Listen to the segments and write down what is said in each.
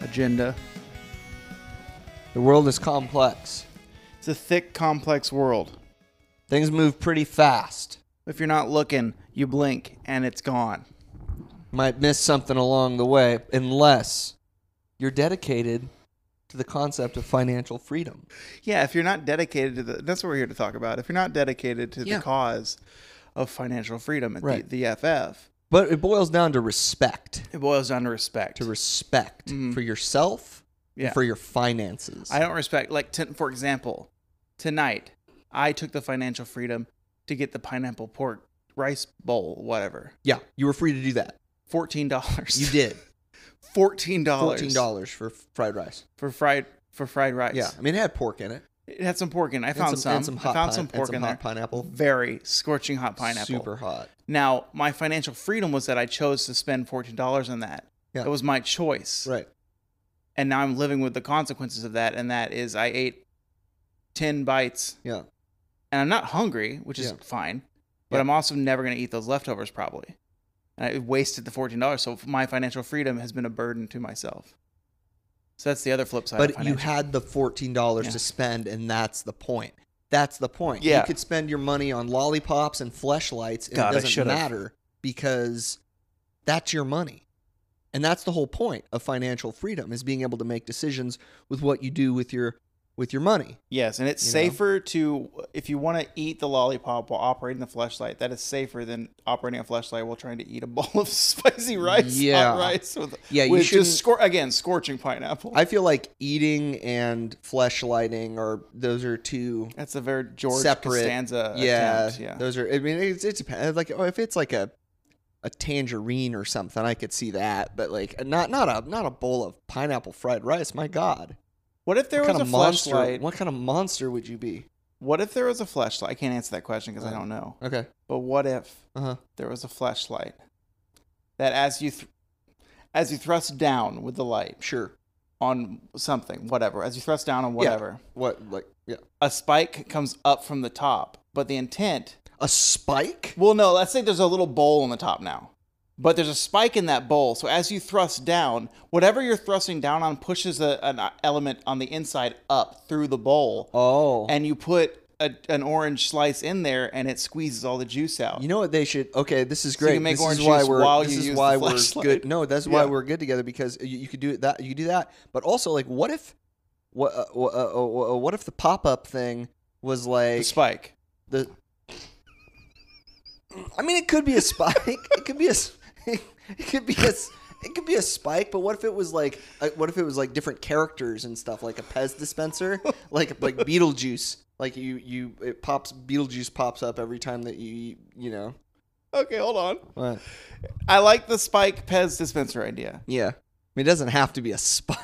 agenda. The world is complex. It's a thick, complex world. Things move pretty fast. If you're not looking, you blink and it's gone. Might miss something along the way unless you're dedicated to the concept of financial freedom. Yeah, if you're not dedicated to the, that's what we're here to talk about. If you're not dedicated to Yeah. the cause of financial freedom at Right. the, the FF, But it boils down to respect. it boils down to respect. To respect for yourself Mm-hmm. yeah. and for your finances. I don't respect, like, t- for example, tonight I took the financial freedom to get the pineapple pork rice bowl, whatever. yeah, you were free to do that. $14. You did. $14. $14 for fried rice. For fried, for fried rice. Yeah, I mean, it had pork in it. It had some pork in it. I And found some- and some. some hot I found pine- some and pork some in hot there. pineapple. Very scorching hot pineapple. Super hot. Now, my financial freedom was that I chose to spend fourteen dollars on that. Yeah. That was my choice, Right. and now I'm living with the consequences of that. And that is, I ate ten bites, Yeah. and I'm not hungry, which is Yeah. fine. But Yeah. I'm also never going to eat those leftovers probably, and I wasted the fourteen dollars. So my financial freedom has been a burden to myself. So that's the other flip side. of But you financial. had the fourteen dollars Yeah. to spend, and that's the point. That's the point. Yeah. You could spend your money on lollipops and fleshlights, and God, I it doesn't should've. matter because that's your money. And that's the whole point of financial freedom is being able to make decisions with what you do with your with your money. Yes, and it's You know? safer to if you want to eat the lollipop while operating the flashlight. That is safer than operating a flashlight while trying to eat a bowl of spicy rice, Yeah. hot rice with Yeah, you with shouldn't- just scor- again scorching pineapple. I feel like eating and fleshlighting are those are two That's a very George separate Costanza yeah, attempt. Yeah, Those are. I mean, it's, it depends. Like, oh, if it's like a a tangerine or something, I could see that. But like, uh, not not a not a bowl of pineapple fried rice. My God, what if there what was kind a of monster? flashlight? What? What kind of monster would you be? if there was a flashlight? I can't answer that question because I Uh, don't know. Okay. But what if Uh huh. there was a flashlight that as you th- as you thrust down with the light Sure. on something, whatever, as you thrust down on Yeah. whatever. What like yeah. a spike comes up from the top, but the intent. A spike? Well, no, let's say there's a little bowl on the top now. But there's a spike in that bowl. So as you thrust down, whatever you're thrusting down on pushes a, an element on the inside up through the bowl. Oh, And you put a, an orange slice in there and it squeezes all the juice out. you know what they should? Okay, this is you great. can make this orange is why juice we're while this you is use why the we're flashlight. good. No, that's why Yeah. we're good together because you, you could do that. You could do that, but also like, what if, what uh, wha- uh, uh, uh, what if the pop up thing was the like spike. the I mean, it could be a spike. it could be a. s- It could be a. s- It could be a spike, but what if it was like, uh, what if it was like different characters and stuff, like a Pez dispenser, like like Beetlejuice, like you you it pops Beetlejuice pops up every time that you you know. Okay, hold on. I like the spike Pez dispenser idea. Yeah, I mean, it doesn't have to be a spike.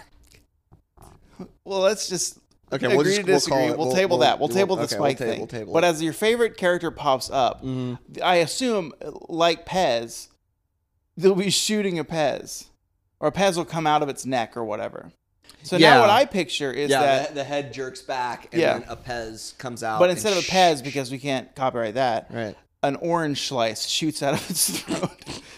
Well, let's just Okay, agree we'll just to disagree. We'll, We'll, call it- table that. We'll, table the okay, spike we'll thing. table, Table but it. as your favorite character pops up, Mhm. I assume, like Pez, they'll be shooting a Pez, or a Pez will come out of its neck or whatever. So now Yeah. what I picture is yeah, that, the, the head jerks back, and Yeah. then a Pez comes out. but and instead of a sh- Pez, because we can't copyright that, right? an orange slice shoots out of its throat.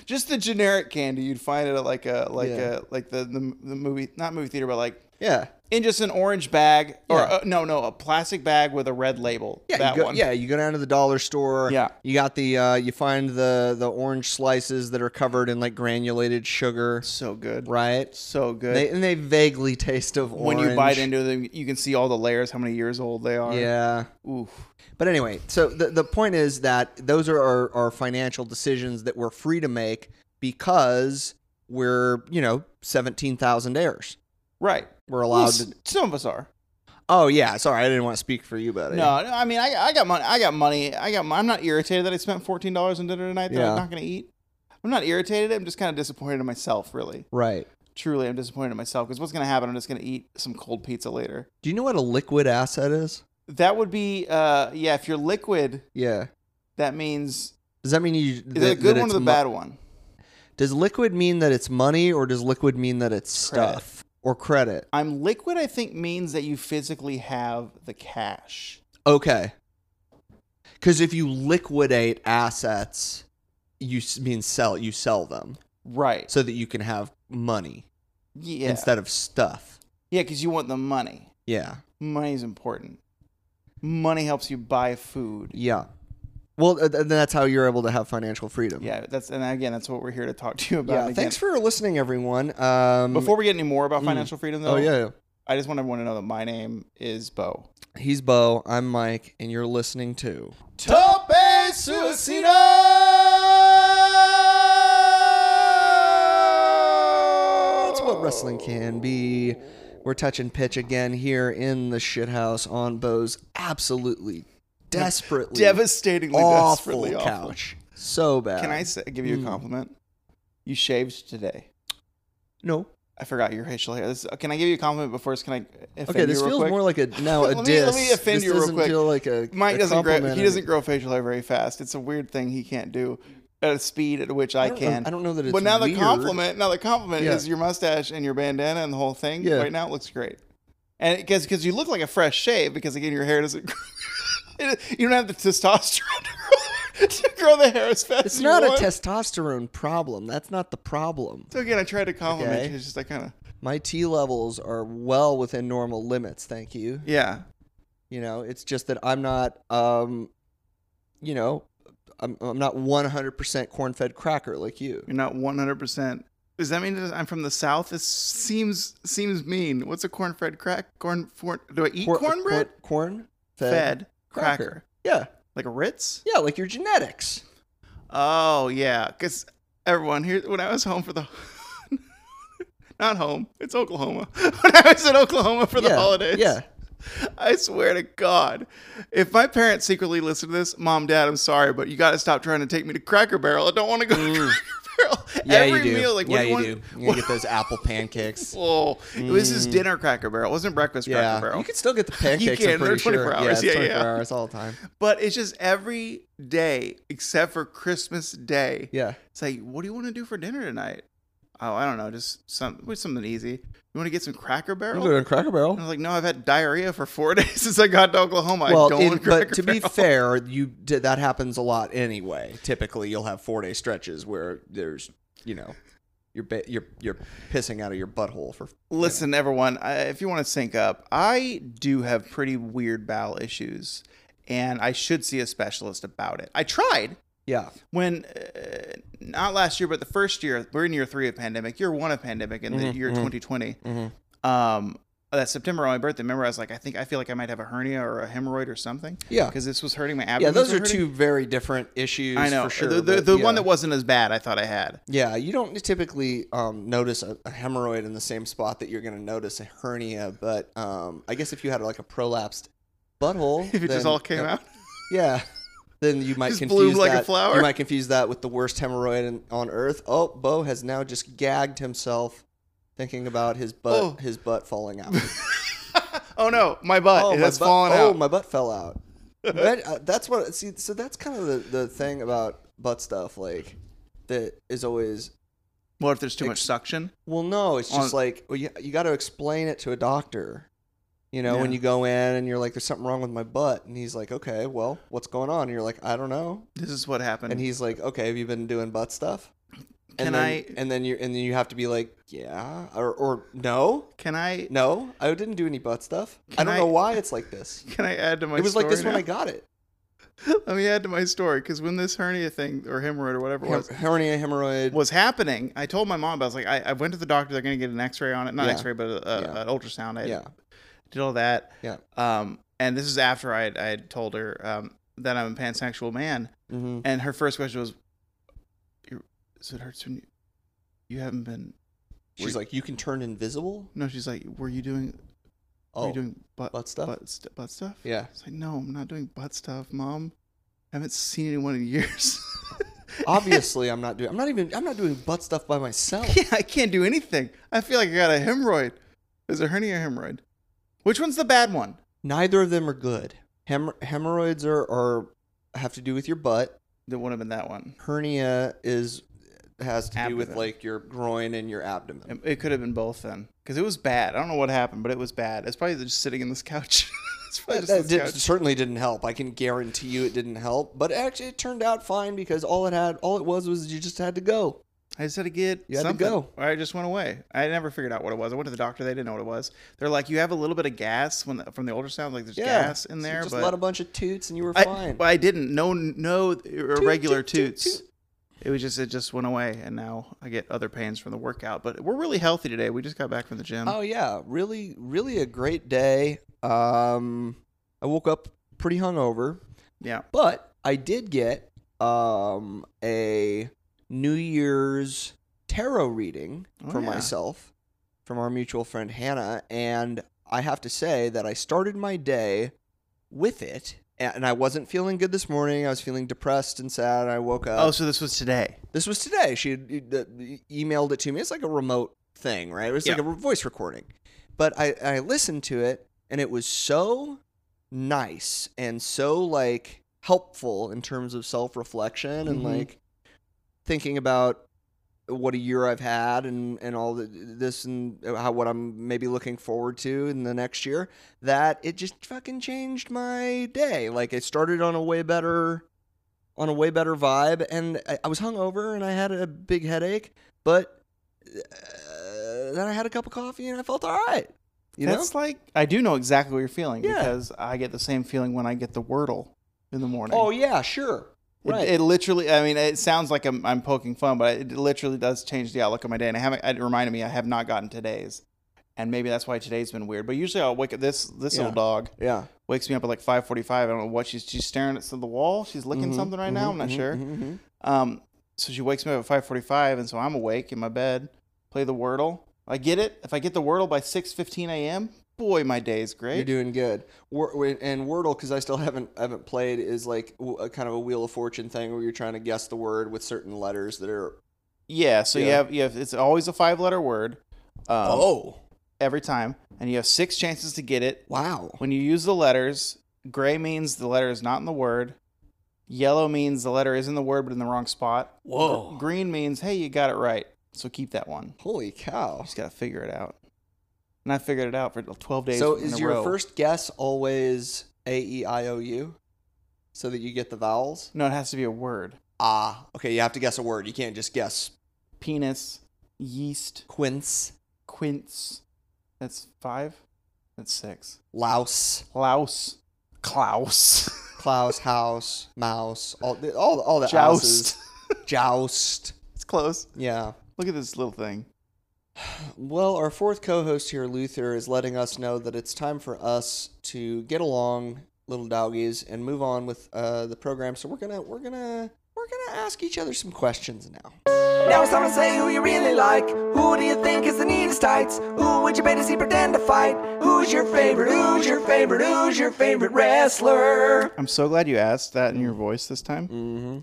Just the generic candy you'd find it at like a like Yeah. a like the, the the movie not movie theater but like Yeah, in just an orange bag or Yeah. uh, no no a plastic bag with a red label Yeah, that you go, one yeah, you go down to the dollar store. Yeah. you got the uh, you find the the orange slices that are covered in like granulated sugar, so good right? so good They, and they vaguely taste of orange when you bite into them, you can see all the layers, how many years old they are. Yeah, Oof. but anyway, so the the point is that those are our, our financial decisions that we're free to make because we're you know seventeen thousand heirs. Right. We're Well, allowed s- to. Some of us are. Oh yeah, sorry, I didn't want to speak for you, buddy. No, no, I mean, I, I got money. I got money. I got. mon- I'm not irritated that I spent fourteen dollars on dinner tonight that Yeah. I'm not going to eat. I'm not irritated. I'm just kind of disappointed in myself. Really, Right. truly, I'm disappointed in myself because what's going to happen? I'm just going to eat some cold pizza later. Do you know what a liquid asset is? That would be, uh, yeah. If you're liquid, Yeah. that means Does that mean you? is it a good one or the bad one? Does liquid mean that it's money or does liquid mean that it's Credit. stuff or credit? I'm liquid. I think means that you physically have the cash. Okay. Cuz if you liquidate assets, you s- mean sell you sell them Right. so that you can have money. Yeah. instead of stuff. Yeah, because you want the money. Yeah. Money's important. Money helps you buy food. Yeah. Well, th- th- that's how you're able to have financial freedom. Yeah, that's and again, that's what we're here to talk to you about. Yeah. And again- Thanks for listening, everyone. Um, Before we get any more about financial freedom, though, oh yeah, I just want everyone to know that my name is Bo. yeah. he's Bo. I'm Mike, and you're listening to. Tope Suicida! That's what wrestling can be. We're touching pitch again here in the shithouse on Bo's absolutely desperately Devastatingly, awful desperately awful. couch. So bad. Can I s- give you a Mm. compliment? You shaved today. No. I forgot your facial hair. This, can I give you a compliment before? Can I? Offend Okay, this you real feels quick? more like a now a Let me- diss. let me offend this you real doesn't quick. Feel like a Mike a doesn't grow. compliment. He doesn't grow facial hair very fast. It's a weird thing he can't do at a speed at which I, don't know- can. I don't know that it's But now weird. the compliment, now the compliment Yeah. is your mustache and your bandana and the whole thing. Yeah. Right now it looks great, and because because you look like a fresh shave because again your hair doesn't. grow. you don't have the testosterone to grow, to grow the hair as fast. It's as not you a want. testosterone problem. That's not the problem. So again, I tried to compliment Okay. you. It's just I kind of My T levels are well within normal limits. Thank you. yeah. You know, it's just that I'm not, um, you know, I'm, I'm not 100% corn fed cracker like you. You're not 100. percent Does that mean that I'm from the south? This seems seems mean. What's a cornbread crack? Corn, corn Do I eat Cor- cornbread? Corn fed. Fed cracker. cracker. Yeah. like a Ritz. Yeah, like your genetics. Oh yeah, because everyone here when I was home for the not home, it's Oklahoma. when I was in Oklahoma for yeah. the holidays, Yeah. I swear to God, if my parents secretly listen to this, mom, dad, I'm sorry, but you got to stop trying to take me to Cracker Barrel. I don't want to go to Cracker Barrel. Every meal, like what do Mm. you, want? You're gonna get those apple pancakes. Oh, this is dinner Cracker Barrel. It wasn't breakfast Yeah. Cracker Barrel. You could still get the pancakes. can, I'm they're pretty sure. 24 Yeah, hours. it's Yeah, 24 yeah. hours all the time. but it's just every day except for Christmas Day. Yeah. It's like, what do you want to do for dinner tonight? Oh, I don't know, just some with something easy. You want to get some Cracker Barrel? to Cracker Barrel. And I was like, no, I've had diarrhea for four days since I got to Oklahoma. I well, don't in- want Cracker but to be Barrel. fair, you did, that happens a lot anyway. Typically, you'll have four day stretches where there's, you know, you're ba- you're you're pissing out of your butthole for. Listen, everyone, I, if you want to sync up, I do have pretty weird bowel issues, and I should see a specialist about it. I tried Yeah, when uh, not last year, but the first year. We're in year three of pandemic, year one of pandemic, in the Mhm, year mhm. 2020. Mhm. Um, that September on my birthday, remember I was like, I think I feel like I might have a hernia or a hemorrhoid or something. yeah, because this was hurting my abdomen. yeah. Those are two very different issues. I know. for sure. the the, but the yeah. one that wasn't as bad, I thought I had. yeah, you don't typically um, notice a, a hemorrhoid in the same spot that you're going to notice a hernia. But um, I guess if you had like a prolapsed butthole, If it just then- all came uh, out, yeah. Then you might Just bloomed confuse like a that. flower. You might confuse that with the worst hemorrhoid in, on earth. Oh, Bo has now just gagged himself, thinking about his butt, Oh. his butt falling out. oh no, my butt it my has butt- fallen oh, out. my butt fell out. But, uh, that's what. See, so that's kind of the, the thing about butt stuff, like that is always. What if there's too much suction? Well, no, it's just On- like well, you, you got to explain it to a doctor. You know, when Yeah. you go in and you're like, "There's something wrong with my butt," and he's like, "Okay, well, what's going on?" And you're like, "I don't know." This is what happened. And he's like, "Okay, have you been doing butt stuff?" And Mm. Can then, I- And then you and then you have to be like, "Yeah," or or no, can I no, I didn't do any butt stuff. I Can don't I- know why it's like this. can I add to my? It was like this story when I now? got it. Let me add to my story because when this hernia thing or hemorrhoid or whatever it was Her- hernia, hemorrhoid. was happening, I told my mom. about it. I was like, I, I went to the doctor. They're going to get an X-ray on it, not Yeah. X-ray, but a, a, Yeah. an ultrasound. I yeah, did all that. Yeah. Um, and this is after I had, I had told her um, that I'm a pansexual man. hmm And her first question was, "You- "So it hurts when you, you haven't been." she's like, you can turn invisible. "No." She's like, "Were you doing? were Oh, you doing butt butt stuff. butt, st- butt stuff?" yeah, It's like, "No, I'm not doing butt stuff, mom. I haven't seen anyone in years. obviously I'm not doing. I'm not even. I'm not doing butt stuff by myself. yeah, I can't do anything. I feel like I got a hemorrhoid. Is a hernia or hemorrhoid? Which one's the bad one? Neither of them are good. Hem- hemorrhoids are, are have to do with your butt. That would not have been that one. Hernia is has to do with Abdomen. like your groin and your abdomen. It- It could have been both then, because it was bad. I don't know what happened, but it was bad. It's probably just sitting in this couch. it's probably That, just that this did- couch. certainly didn't help. I can guarantee you it didn't help. But actually, it turned out fine because all it had, all it was, was you just had to go. I just had to get You had to something. go. Or I just went away. I never figured out what it was. I went to the doctor. They didn't know what it was. They're like, you have a little bit of gas when the, from the ultrasound. Like there's gas in So there, just but let a bunch of toots and you were I, fine. but I didn't. No, no irregular toot, toot, toots. It was just it just went away, and now I get other pains from the workout. But we're really healthy today. We just got back from the gym. Oh yeah, really, really a great day. Um, I woke up pretty hungover, Uh, yeah. but I did get um a New Year's tarot reading Oh, for yeah. myself from our mutual friend Hannah, and I have to say that I started my day with it. a- And I wasn't feeling good this morning. I was feeling depressed and sad. I woke up. oh, so this was today. This was today. She had e- the- the- emailed it to me. It's like a remote thing, right? It's like Yeah. a voice recording. But I, I listened to it and it was so nice and so like helpful in terms of self reflection and Mhm. like thinking about what a year I've had and, and all the, this and how what I'm maybe looking forward to in the next year that it just fucking changed my day. Like it started on a way better on a way better vibe and I, I was hungover and I had a big headache, but uh, then I had a cup of coffee and I felt all right. You know? That's like I do know exactly what you're feeling Yeah. because I get the same feeling when I get the Wordle in the morning. Oh yeah, sure. It, Right. it literally, I mean, it sounds like I'm, I'm poking fun, but it literally does change the outlook of my day. And I haven't, it reminded me I have not gotten today's. And maybe that's why today's been weird. But usually I'll wake up, this, this Yeah. little dog yeah. wakes me up at like 5.45. I don't know what she's, she's staring at the wall. She's licking Mhm, something right now. mhm, I'm not mhm, sure. mhm, mhm. Um, so she wakes me up at 5:45, and so I'm awake in my bed, play the Wordle. I get it. If I get the Wordle by 6:15 a.m., boy, my day is You're great. doing good. Wor- wi- and Wordle, because I still haven't haven't played, is like w- a kind of a Wheel of Fortune thing where you're trying to guess the word with certain letters that are. yeah. So you Yeah. have you have it's always a five-letter word. Um, oh Every time, and you have six chances to get it. wow! When you use the letters, gray means the letter is not in the word. Yellow means the letter is in the word but in the wrong spot. Whoa. Gr- green means hey, you got it right, so keep that one. Holy cow! Just gotta figure it out. And I figured it out for 12 days. So in is a your row. first guess always A E I O U, so that you get the vowels? No, it has to be a word. Ah, okay. You have to guess a word. You can't just guess penis, yeast, quince, quince. That's five. That's six. louse, Klaus. Klaus. Klaus, house, mouse, all the- all all the Joust. ouses. joust. It's close. Yeah. Look at this little thing. Well, our fourth co-host here, Luther, is letting us know that it's time for us to get along, little doggies, and move on with uh, the program. So we're gonna we're gonna we're gonna ask each other some questions now. Now it's time to say who you really like. Who do you think is the neatest tights? Who would you bet to see pretend to fight? Who's your favorite? Who's your favorite? Who's your favorite wrestler? I'm so glad you asked that Mm. in your voice this time. Mm-hmm.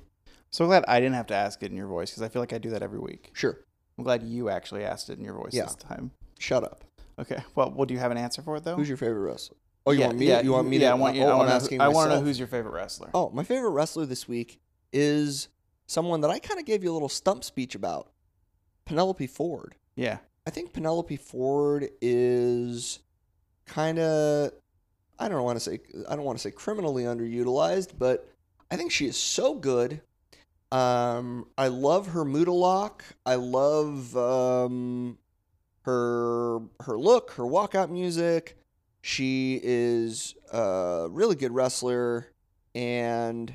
So glad I didn't have to ask it in your voice because I feel like I do that every week. Sure. I'm glad you actually asked it in your voice Yeah. this time. Shut up. Okay. Well, well, do you have an answer for it though? Who's your favorite wrestler? Oh, you yeah, want me? Yeah, you want me? Yeah, to, I want you. Oh, I I'm want asking to. I want to know myself. who's your favorite wrestler. Oh, my favorite wrestler this week is someone that I kind of gave you a little stump speech about, Penelope Ford. Yeah. I think Penelope Ford is kind of I don't want to say I don't want to say criminally underutilized, but I think she is so good. Um, I love her moodalock. I love um, her her look, her walkout music. She is a really good wrestler, and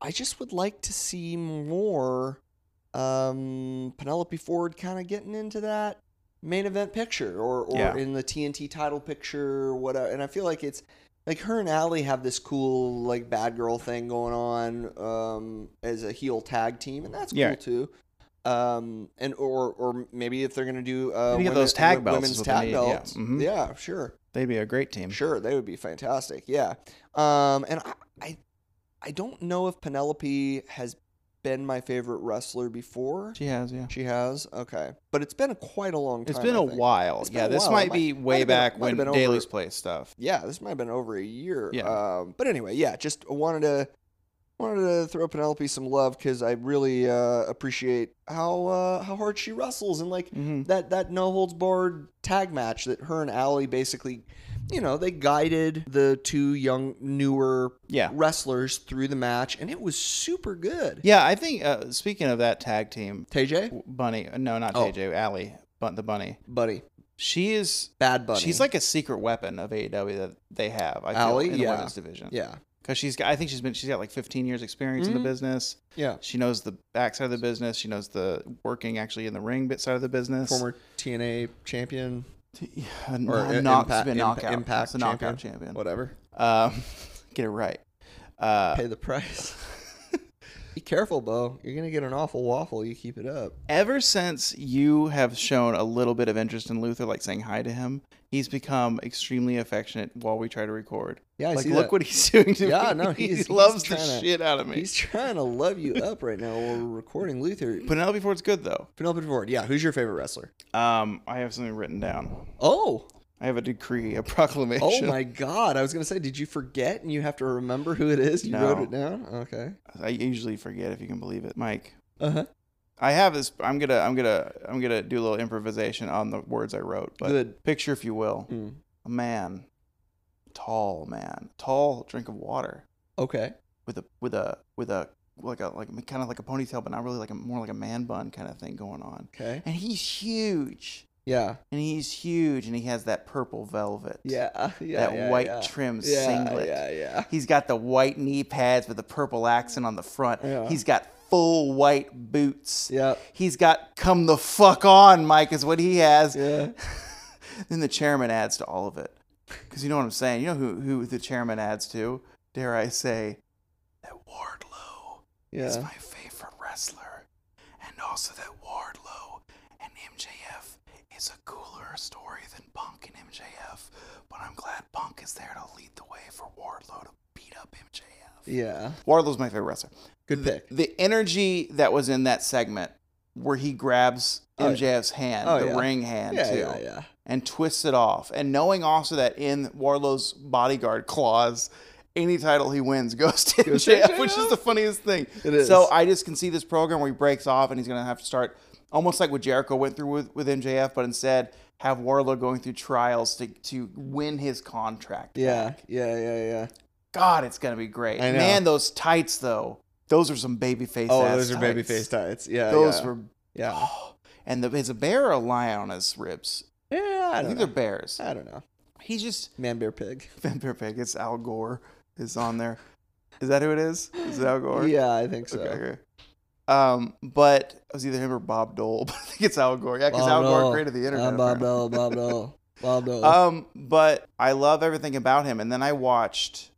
I just would like to see more um, Penelope Ford kind of getting into that main event picture or, or Yeah. in the TNT title picture or whatever. And I feel like it's like her and Allie have this cool like bad girl thing going on um, as a heel tag team, and that's cool Yeah. too. Um, and or or maybe if they're gonna do uh, They get women- those tag wo- belts women's is what they tag need, yeah. belts, Mhm. yeah, sure. They'd be a great team. Sure, they would be fantastic. Yeah. Um, and I, I, I don't know if Penelope has been my favorite wrestler before. She has. Yeah. She has. Okay, but it's been a, quite a long time. It's been a a while. It's been yeah, a this while. It might might- be might way have been- back might have when been over- Daly's Play stuff. Yeah, this might have been over a year. Yeah. Um, but anyway, yeah, just wanted to wanted to throw Penelope some love because I really uh, appreciate how uh, how hard she wrestles and like Mm-hmm. that that no holds barred tag match that her and Allie basically you know, they guided the two young, newer Yeah. wrestlers through the match, and it was super good. Yeah, I think uh, speaking of that tag team, TJ, Bunny, uh, no, not Oh. JJ, Allie, but the Bunny. buddy, She is bad bunny. she's like a secret weapon of AEW that they have. I feel Allie? in the Yeah. women's division. yeah, because she's got, I think she's been she's got like 15 years experience in Mhm. the business. yeah, She knows the backside of the business. She knows the working actually in the ring bit side of the business. Former TNA champion, or or i- knock, impact, has been imp- knockout. impact It's a knockout champion. whatever. Um, get it right. Uh, pay the price. Be careful, Bo. You're gonna get an awful waffle. You keep it up. ever since you have shown a little bit of interest in Luther, like saying hi to him, he's become extremely affectionate while we try to record. Yeah, I like see look that. what he's doing to me. Yeah, no, he he's- loves the he's tryna- shit out of me. He's trying to love you up right now while we're recording Luther. Penelope Ford's good though. Penelope Ford. Yeah, who's your favorite wrestler? Um, I have something written down. Oh, I have a decree, a proclamation. oh my God! I was gonna say, did you forget? And you have to remember who it is. You No. wrote it down. Okay. I usually forget if you can believe it, Mike. Uh huh. I have this. I'm gonna, I'm gonna, I'm gonna do a little improvisation on the words I wrote. But Good. picture, if you will, Mm. a man, tall man, tall drink of water Okay. with a, with a, with a, like a, like kind of like a ponytail, but not really like a, more like a man bun kind of thing going on. Okay. And he's huge, Yeah. and he's huge, and he has that purple velvet, Yeah. Yeah. that yeah, white yeah. trim yeah, singlet. Yeah. Yeah. He's got the white knee pads with the purple accent on the front. Yeah. He's got full white boots. Yep. He's got come the fuck on, Mike, is what he has. Yeah. Then the chairman adds to all of it. Because you know what I'm saying? You know who, who the chairman adds to? Dare I say that Wardlow is Yeah. my favorite wrestler. And also that Wardlow and MJF is a cooler story than Punk and MJF. But I'm glad Punk is there to lead the way for Wardlow to beat up MJF. Yeah. Wardlow's my favorite wrestler. Good pick. The energy that was in that segment where he grabs Oh, yeah. MJF's hand, Oh, the yeah. ring hand Yeah. too, Yeah. Yeah. and twists it off. And knowing also that in Warlow's bodyguard clause, any title he wins goes to Goes to MJF, which is MJF? the funniest thing. It is. So I just can see this program where he breaks off and he's going to have to start almost like what Jericho went through with, with MJF, but instead have Warlow going through trials to, to win his contract. Yeah. Yeah. Yeah. Yeah. God, it's going to be great. I know. Man, those tights, though, those are some baby face Oh, ass those are tights. baby face tights. Yeah, Those yeah. were. yeah. And the, is a bear or a lion on his ribs? Yeah. I, I think don't they're know. bears. I don't know. He's just. Man, bear, pig. Vampire Pig. It's Al Gore is on there. Is that who it is? Is it Al Gore? Yeah, I think so. Uh, Okay. okay. Um, but it was either him or Bob Dole. But I think it's Al Gore. Yeah, because Al Bob Gore Dole. created the internet. I'm Bob apparently. Dole. Bob Dole. Bob Dole. Um, but I love everything about him. And then I watched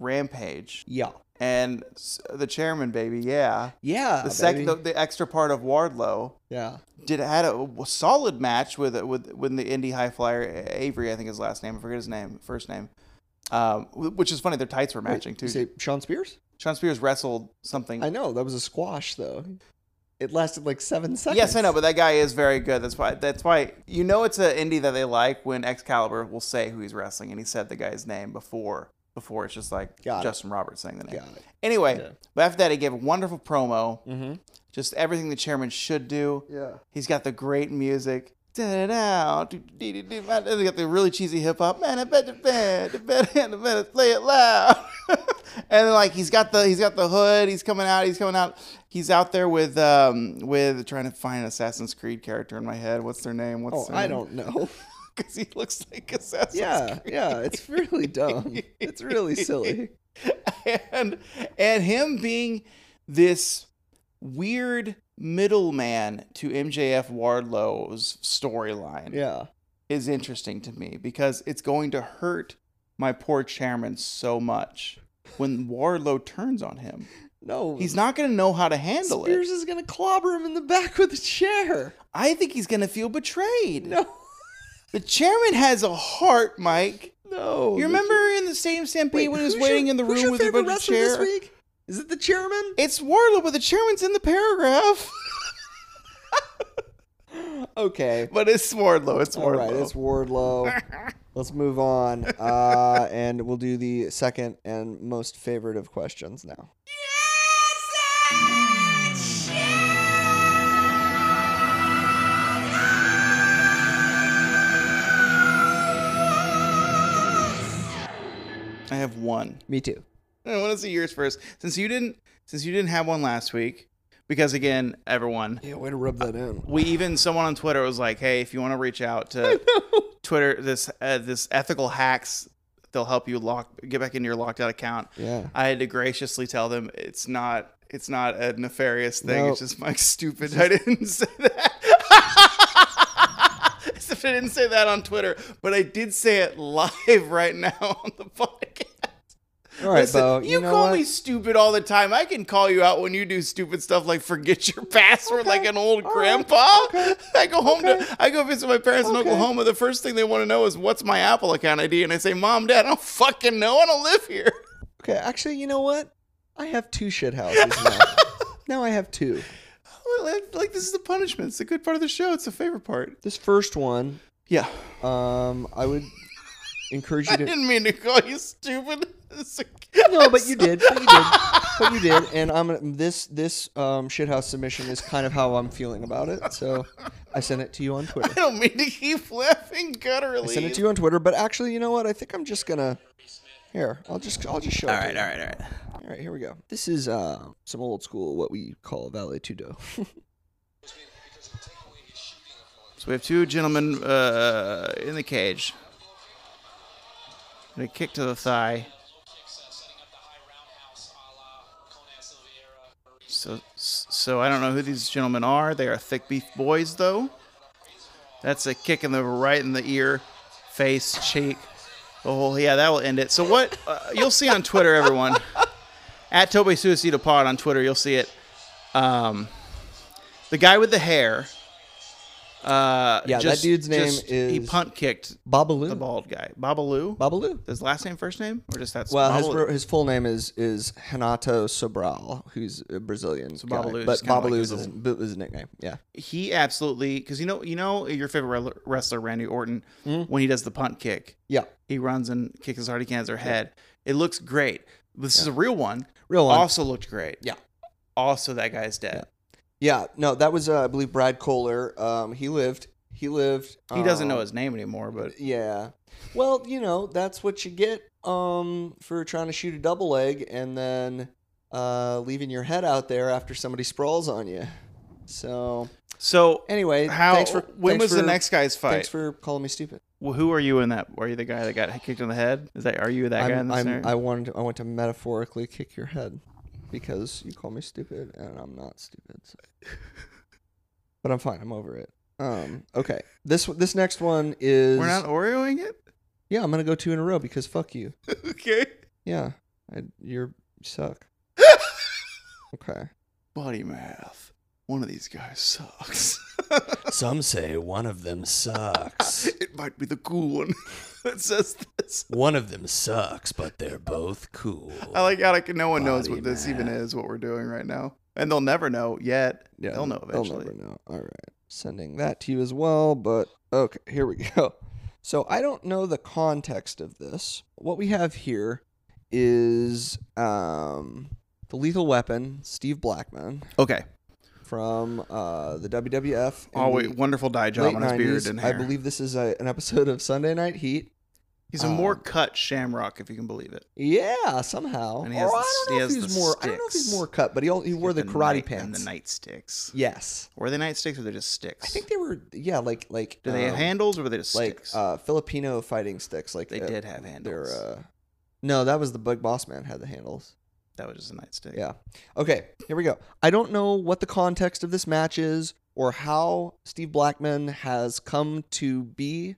Rampage yeah. and s- the Chairman, baby. Yeah, Yeah. the second, the, Ah, baby. the extra part of Wardlow Yeah. did had a, w- solid match with with when the indie high flyer Avery, I think his last name, I forget his name, first name. Um, wh- which is funny. Their tights were Wait, matching too. You say Sean Spears? Sean Spears wrestled something. I know that was a squash though. It lasted like seven seconds. Yes, I know, but that guy is very good. That's why. That's why you know it's an indie that they like when Excalibur will say who he's wrestling, and he said the guy's name before. Before it's just like Got it. Justin Roberts saying the name. Got it. Anyway, Yeah. but after that, he gave a wonderful promo. Mhm. Just everything the chairman should do. Yeah. He's got the great music. Da-da-da, do-do-do-do, and They got the really cheesy hip hop. Man, I bet the band, the band, the band, play it loud. and then like he's got the he's got the hood. He's coming out. He's coming out. He's out there with um with trying to find an Assassin's Creed character in my head. What's their name? What's Oh, their I name? don't know. because he looks like Assassin's yeah, yeah. It's really dumb. It's really silly. and and him being this weird middleman to MJF Wardlow's storyline Yeah. is interesting to me because it's going to hurt my poor chairman so much when Wardlow turns on him. No. He's not going to know how to handle Spears it. is gonna clobber him in the back with a chair. I think he's going to feel betrayed. No. The chairman has a heart, Mike. No. You remember in the same stampede when he was who's waiting your- in the who's room your with a favorite bunch of wrestler this chair? week? Is it the chairman? It's Wardlow, but the chairman's in the paragraph. Okay. But it's Wardlow. It's Wardlow. All right, it's Wardlow. Let's move on, uh, and we'll do the second and most favorite of questions now. I have one. Me too. I want to see yours first, since you didn't, since you didn't have one last week, because again, everyone, Yeah, way to rub that in. we even someone on Twitter was like, "Hey, if you want to reach out to Twitter, this uh, this ethical hacks, they'll help you lock get back into your locked out account." Yeah. I had to graciously tell them it's not it's not a nefarious thing. No. It's just my stupid. I didn't say that. As if I didn't say that on Twitter, but I did say it live right now on the podcast. All right, Listen, Bo. you, You, know call what? me stupid all the time. I can call you out when you do stupid stuff like forget your password like an old grandpa. I go home to I go visit my parents in Oklahoma. The first thing they want to know is what's my Apple account ID, and I say, Mom, Dad, I don't fucking know. I don't live here. Okay, actually, you know what? I have two shit houses now. now I have two. Well, I- Like this is the punishment. It's a good part of the show. It's the favorite part. This first one, Yeah, um, I would encourage I you to. didn't mean to call you stupid. It's like- No, but you did. But you did. But you did. And I'm gonna, this this um, shithouse submission is kind of how I'm feeling about it. So I sent it to you on Twitter. I don't mean to keep laughing gutturally. I sent it to you on Twitter. But actually, you know what? I think I'm just gonna. Here, I'll just I'll just show. All right, all right, all right. All right, here we go. This is uh, some old school what we call valet tudo. So we have two gentlemen uh, in the cage. And a kick to the thigh. So, so I don't know who these gentlemen are. They are thick beef boys, though. That's a kick in the right in the ear, face, cheek. Oh yeah, that will end it. So what uh, you'll see on Twitter, everyone, at Toby Suicida Pod on Twitter, you'll see it. Um, the guy with the hair. Uh, Yeah, that just- dude's name just- he is- punt kicked Babalu. the bald guy, Babalu. Babalu. His last name, first name, or just that's Well, his, Babalu? bro- his full name is is Renato Sobral, who's a Brazilian. So Babalu is but kinda like Babalu his is his, bu- is his nickname. Yeah. he absolutely because you know you know your favorite rel- wrestler Randy Orton Hmm? when he does the punt kick, Yeah. he runs and kicks as hard as he can at their head. It looks great. This is a real one. Real one. Also looked great. Yeah. Also, that guy's dead. Yeah. No, that was uh, I believe Brad Kohler. Um, he lived. He lived. He doesn't um, know his name anymore, but Yeah. Well, you know that's what you get um for trying to shoot a double leg and then uh leaving your head out there after somebody sprawls on you. So so anyway, how? thanks for when thanks was the for- next guy's fight? Thanks for calling me stupid. Wh- Who are you in that? Are you the guy that got kicked in the head? Is that are you that guy in I'm, the I'm, I scenario? wanted to, I want to metaphorically kick your head because you call me stupid and I'm not stupid. So. but I'm fine. I'm over it. Um. Okay. This this next one is We're not Oreoing it. yeah. I'm gonna go two in a row because fuck you. Okay. Yeah. I, you're you suck. okay. Body math. One of these guys sucks. Some say one of them sucks. it might be the cool one that says this. one of them sucks, but they're both cool. I like how like, no one knows Body what this even is, what we're doing right now, and they'll never know yet. Yeah. they'll know eventually. They'll never know. All right. Sending that to you as well. But okay, here we go. So I don't know the context of this. What we have here is um, the Lethal Weapon, Steve Blackman Okay. from uh, the WWF. in Oh, the wait, wonderful dye job late on his beard 90s. and I hair. believe this is a, an episode of Sunday Night Heat. he's a more um, cut Shamrock, if you can believe it. Yeah, somehow. And he has the- or Oh, I don't he know if has he's the more. I don't know if he's sticks. more cut, but he al- he wore the, With karate night- pants. and the night sticks. Yes, Were they night sticks or they just sticks? I think they were. Yeah, like like. Do they have um, handles or were they just like sticks? uh, Filipino fighting sticks. Like They uh, did have they're, handles. uh, no, that was the Big Boss Man had the handles. that was just a night stick. Yeah. Okay, here we go. I don't know what the context of this match is or how Steve Blackman has come to be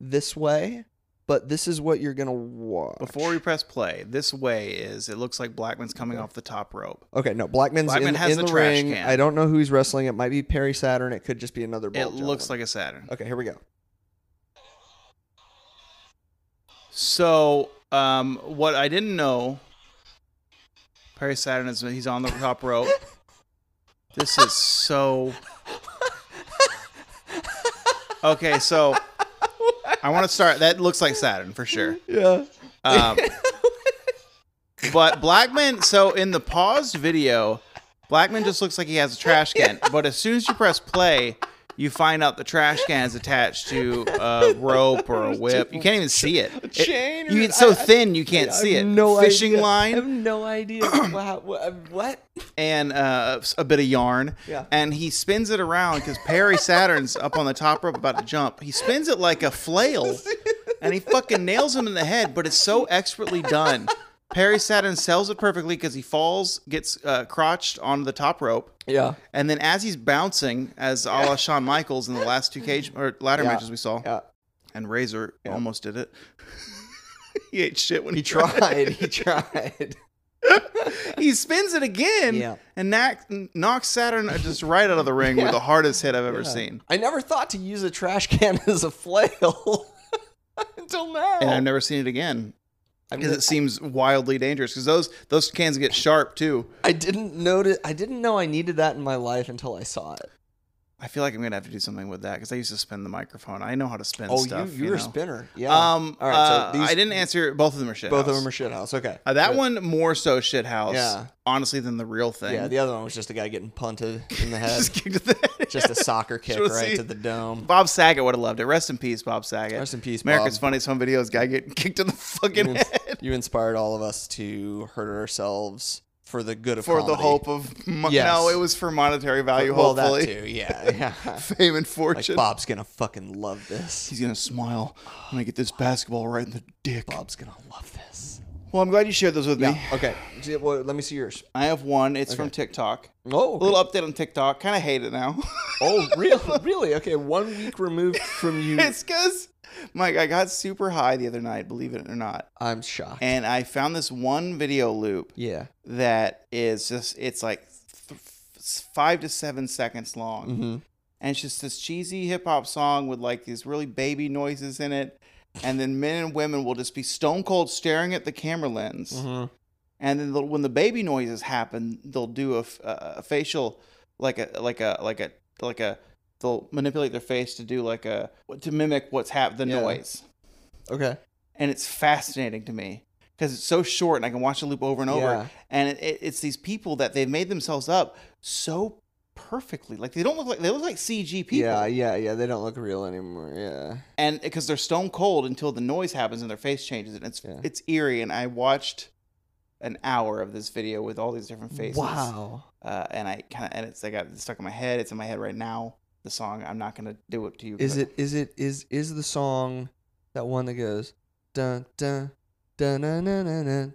this way, but this is what you're gonna watch. Before we press play, this way is it looks like Blackman's coming off the top rope. Okay, no. Blackman's Blackman in, has in the the, trash ring. can. I don't know who he's wrestling. It might be Perry Saturn. It could just be another. It bald looks gentleman. like a Saturn. Okay, here we go. So, um, what I didn't know, Perry Saturn is he's on the top rope. This is so. Okay, so I want to start. That looks like Saturn for sure. Yeah. Um, but Blackman, so in the paused video, Blackman just looks like he has a trash can. But as soon as you press play, you find out the trash can is attached to a rope or a whip. You can't even see it. It- chain or- you, it's so thin you can't see it. Fishing idea. I have line no idea. wow. wha- What? and uh, a bit of yarn. Yeah. And he spins it around because Perry Saturn's up on the top rope about to jump. He spins it like a flail and he fucking nails him in the head, but it's so expertly done. Perry Saturn sells it perfectly because he falls, gets uh, crotched onto the top rope. Yeah. And then as he's bouncing, as a la Shawn Michaels in the last two cage or ladder matches we saw, Yeah. and Razor almost did it. he ate shit when he, He tried. He tried. He spins it again Yeah. and knack, knocks Saturn just right out of the ring with the hardest hit I've ever seen. I never thought to use a trash can as a flail until now. And I've never seen it again I, mean, because it seems wildly dangerous because those those cans get sharp too. I didn't notice. I didn't know I needed that in my life until I saw it. I feel like I'm gonna have to do something with that because I used to spin the microphone. I know how to spin stuff. Oh, you, you're a know. spinner. Yeah. Um, All right. uh, So these, I didn't answer. Both of them are shit. Both of house. them are shit house. Okay. Uh, that one more so shit house, Yeah. honestly, than the real thing. Yeah. The other one was just a guy getting punted in the head. just just, kicked the a soccer kick Just right see- to the dome. Bob Saget would have loved it. Rest in peace, Bob Saget. Rest in peace, America's Bob. Funniest Home Videos guy getting kicked in the fucking You, ins- head you inspired all of us to hurt ourselves for the good of for the comedy. hope of mo- Yes. no, it was for monetary value. Well, hopefully, that too. Yeah. Yeah. fame and like fortune. Bob's gonna fucking love this. He's gonna smile when I get this basketball right in the dick. Bob's gonna love this. Well, I'm glad you shared those with me. Okay. Gee, well, let me see yours. I have one. It's from TikTok. Oh. A little update on TikTok. Kind of hate it now. Oh, really? Really? Okay. One week removed from you. it's because Mike, I got super high the other night. Believe it or not. I'm shocked. and I found this one video loop Yeah. that is just it's like th- f- five to seven seconds long, Mm-hmm. and it's just this cheesy hip hop song with like these really baby noises in it, and then men and women will just be stone cold staring at the camera lens, Mm-hmm. and then the, when the baby noises happen, they'll do a, f- a- a facial like a like a like a like a they'll manipulate their face to do like a to mimic what's hap the Yeah. noise Okay. and it's fascinating to me because it's so short and I can watch the loop over and over. Yeah. And it, it, it's these people that they've made themselves up so perfectly. Like they don't look like they look like CG people, Yeah. Yeah. Yeah. They don't look real anymore. Yeah. and because they're stone cold until the noise happens and their face changes, and it's Yeah. it's eerie. And I watched an hour of this video with all these different faces. Uh, and I kind of and it's I got it stuck in my head. It's in my head right now. The song. I'm not gonna do it to you. Is but- it? Is it? Is is the song that one that goes dun dun dun dun dun dun dun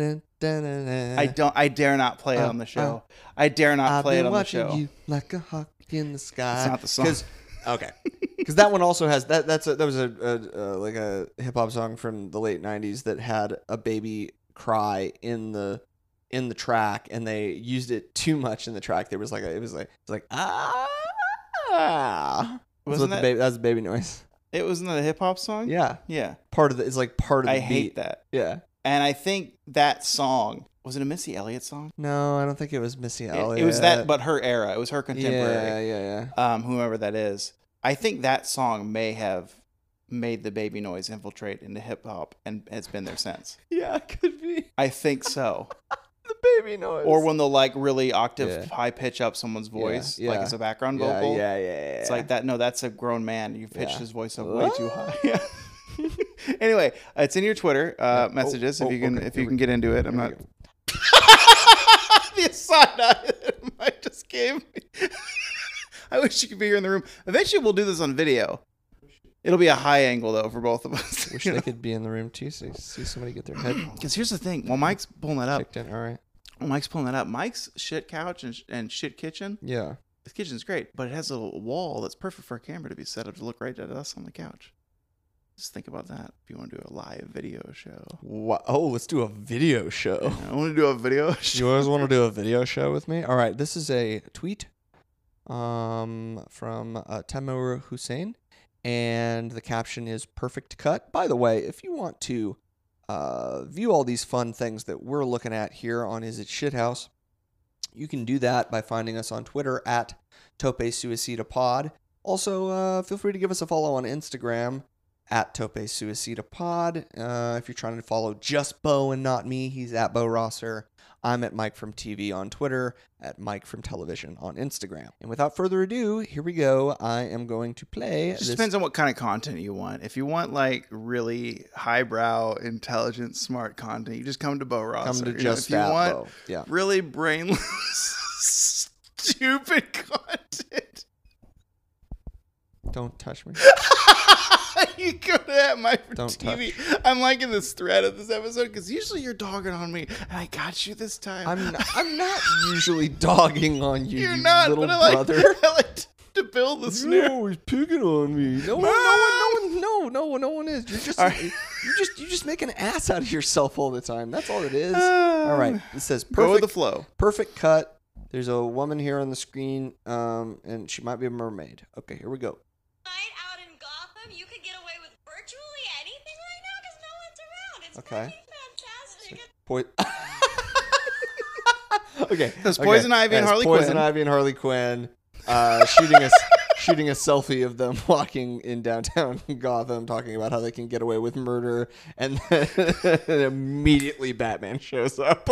dun dun dun? I don't. I dare not play it Uh, on the show. I dare not I've play been it on the watching show. you like a hawk in the sky. It's not the song. Cause, okay, because that one also has that. That's a, that was a, a, a like a hip hop song from the late '90s that had a baby cry in the in the track, and they used it too much in the track. There was like a, it was like it's like ah. That's what Wasn't the that- baby, that's the baby noise. It wasn't a hip hop song. Yeah, Yeah. part of the. It's like part of the I beat. hate that. Yeah. And I think that song was it a Missy Elliott song? No, I don't think it was Missy It- Elliott. It, was that, but her era. It was her yeah, contemporary. yeah, yeah. Um, whoever that is. I think that song may have made the baby noise infiltrate into hip hop, and it's been there since. Yeah, it could be I think so. the baby noise. or when they'll like really octave Yeah. high pitch up someone's voice, like yeah. as a background yeah, vocal. Yeah, yeah, yeah. It's like that. No, that's a grown man. You pitched Yeah. his voice up way too high. Yeah. anyway, it's in your Twitter uh, messages if oh, you can okay, if here you we can get into it. I'm Here we not. go. the side eye that Mike just gave me. I wish you could be here in the room. Eventually, we'll do this on video. It'll be a high angle though for both of us. Wish they could be in the room too, so you see somebody get their head Because here's the thing: while Mike's pulling that up, kicked in. All right. while Mike's pulling that up. Mike's shit couch and, and shit kitchen. Yeah. His kitchen's great, but it has a little wall that's perfect for a camera to be set up to look right at us on the couch. Just think about that if you want to do a live video show. Wow. Oh, let's do a video show. I want to do a video Do show. you always want to do a video show with me? All right. This is a tweet um, from uh, Tamur Hussein, and the caption is "Perfect Cut." By the way, if you want to uh, view all these fun things that we're looking at here on Is It Shithouse, you can do that by finding us on Twitter at Tope Suicida Pod. Also, uh, feel free to give us a follow on Instagram at Tope Suicida Pod. Uh, if you're trying to follow just Bo and not me, he's at Bo Rosser. I'm at Mike from TV on Twitter, at Mike from Television on Instagram. And without further ado, here we go. I am going to play. It just this- depends on what kind of content you want. If you want like really highbrow, intelligent, smart content, you just come to Bo Ross. Come to just if you that, want Bo. Yeah. really brainless, stupid content, Don't touch me. you go to that my for Don't TV. I'm liking this thread of this episode because usually you're dogging on me, and I got you this time. I'm not, I'm not usually dogging on you, you're you not, little but I like, brother. I like to- to build this new. always picking on me. No one, no one, no one, no, no, no one is. You're just, right. you just, you just make an ass out of yourself all the time. That's all it is. all right. It says Um, Go with perfect, the flow. perfect cut. There's a woman here on the screen, um, and she might be a mermaid. Okay, here we go. night out in Gotham, you could get away with virtually anything right now because no one's around. It's fucking Okay. fantastic. Poi- okay. That's okay. Poison Ivy and That's Harley Poison Quinn. Ivy and Harley Quinn uh, shooting a s- shooting a selfie of them walking in downtown Gotham, talking about how they can get away with murder, and then immediately Batman shows up.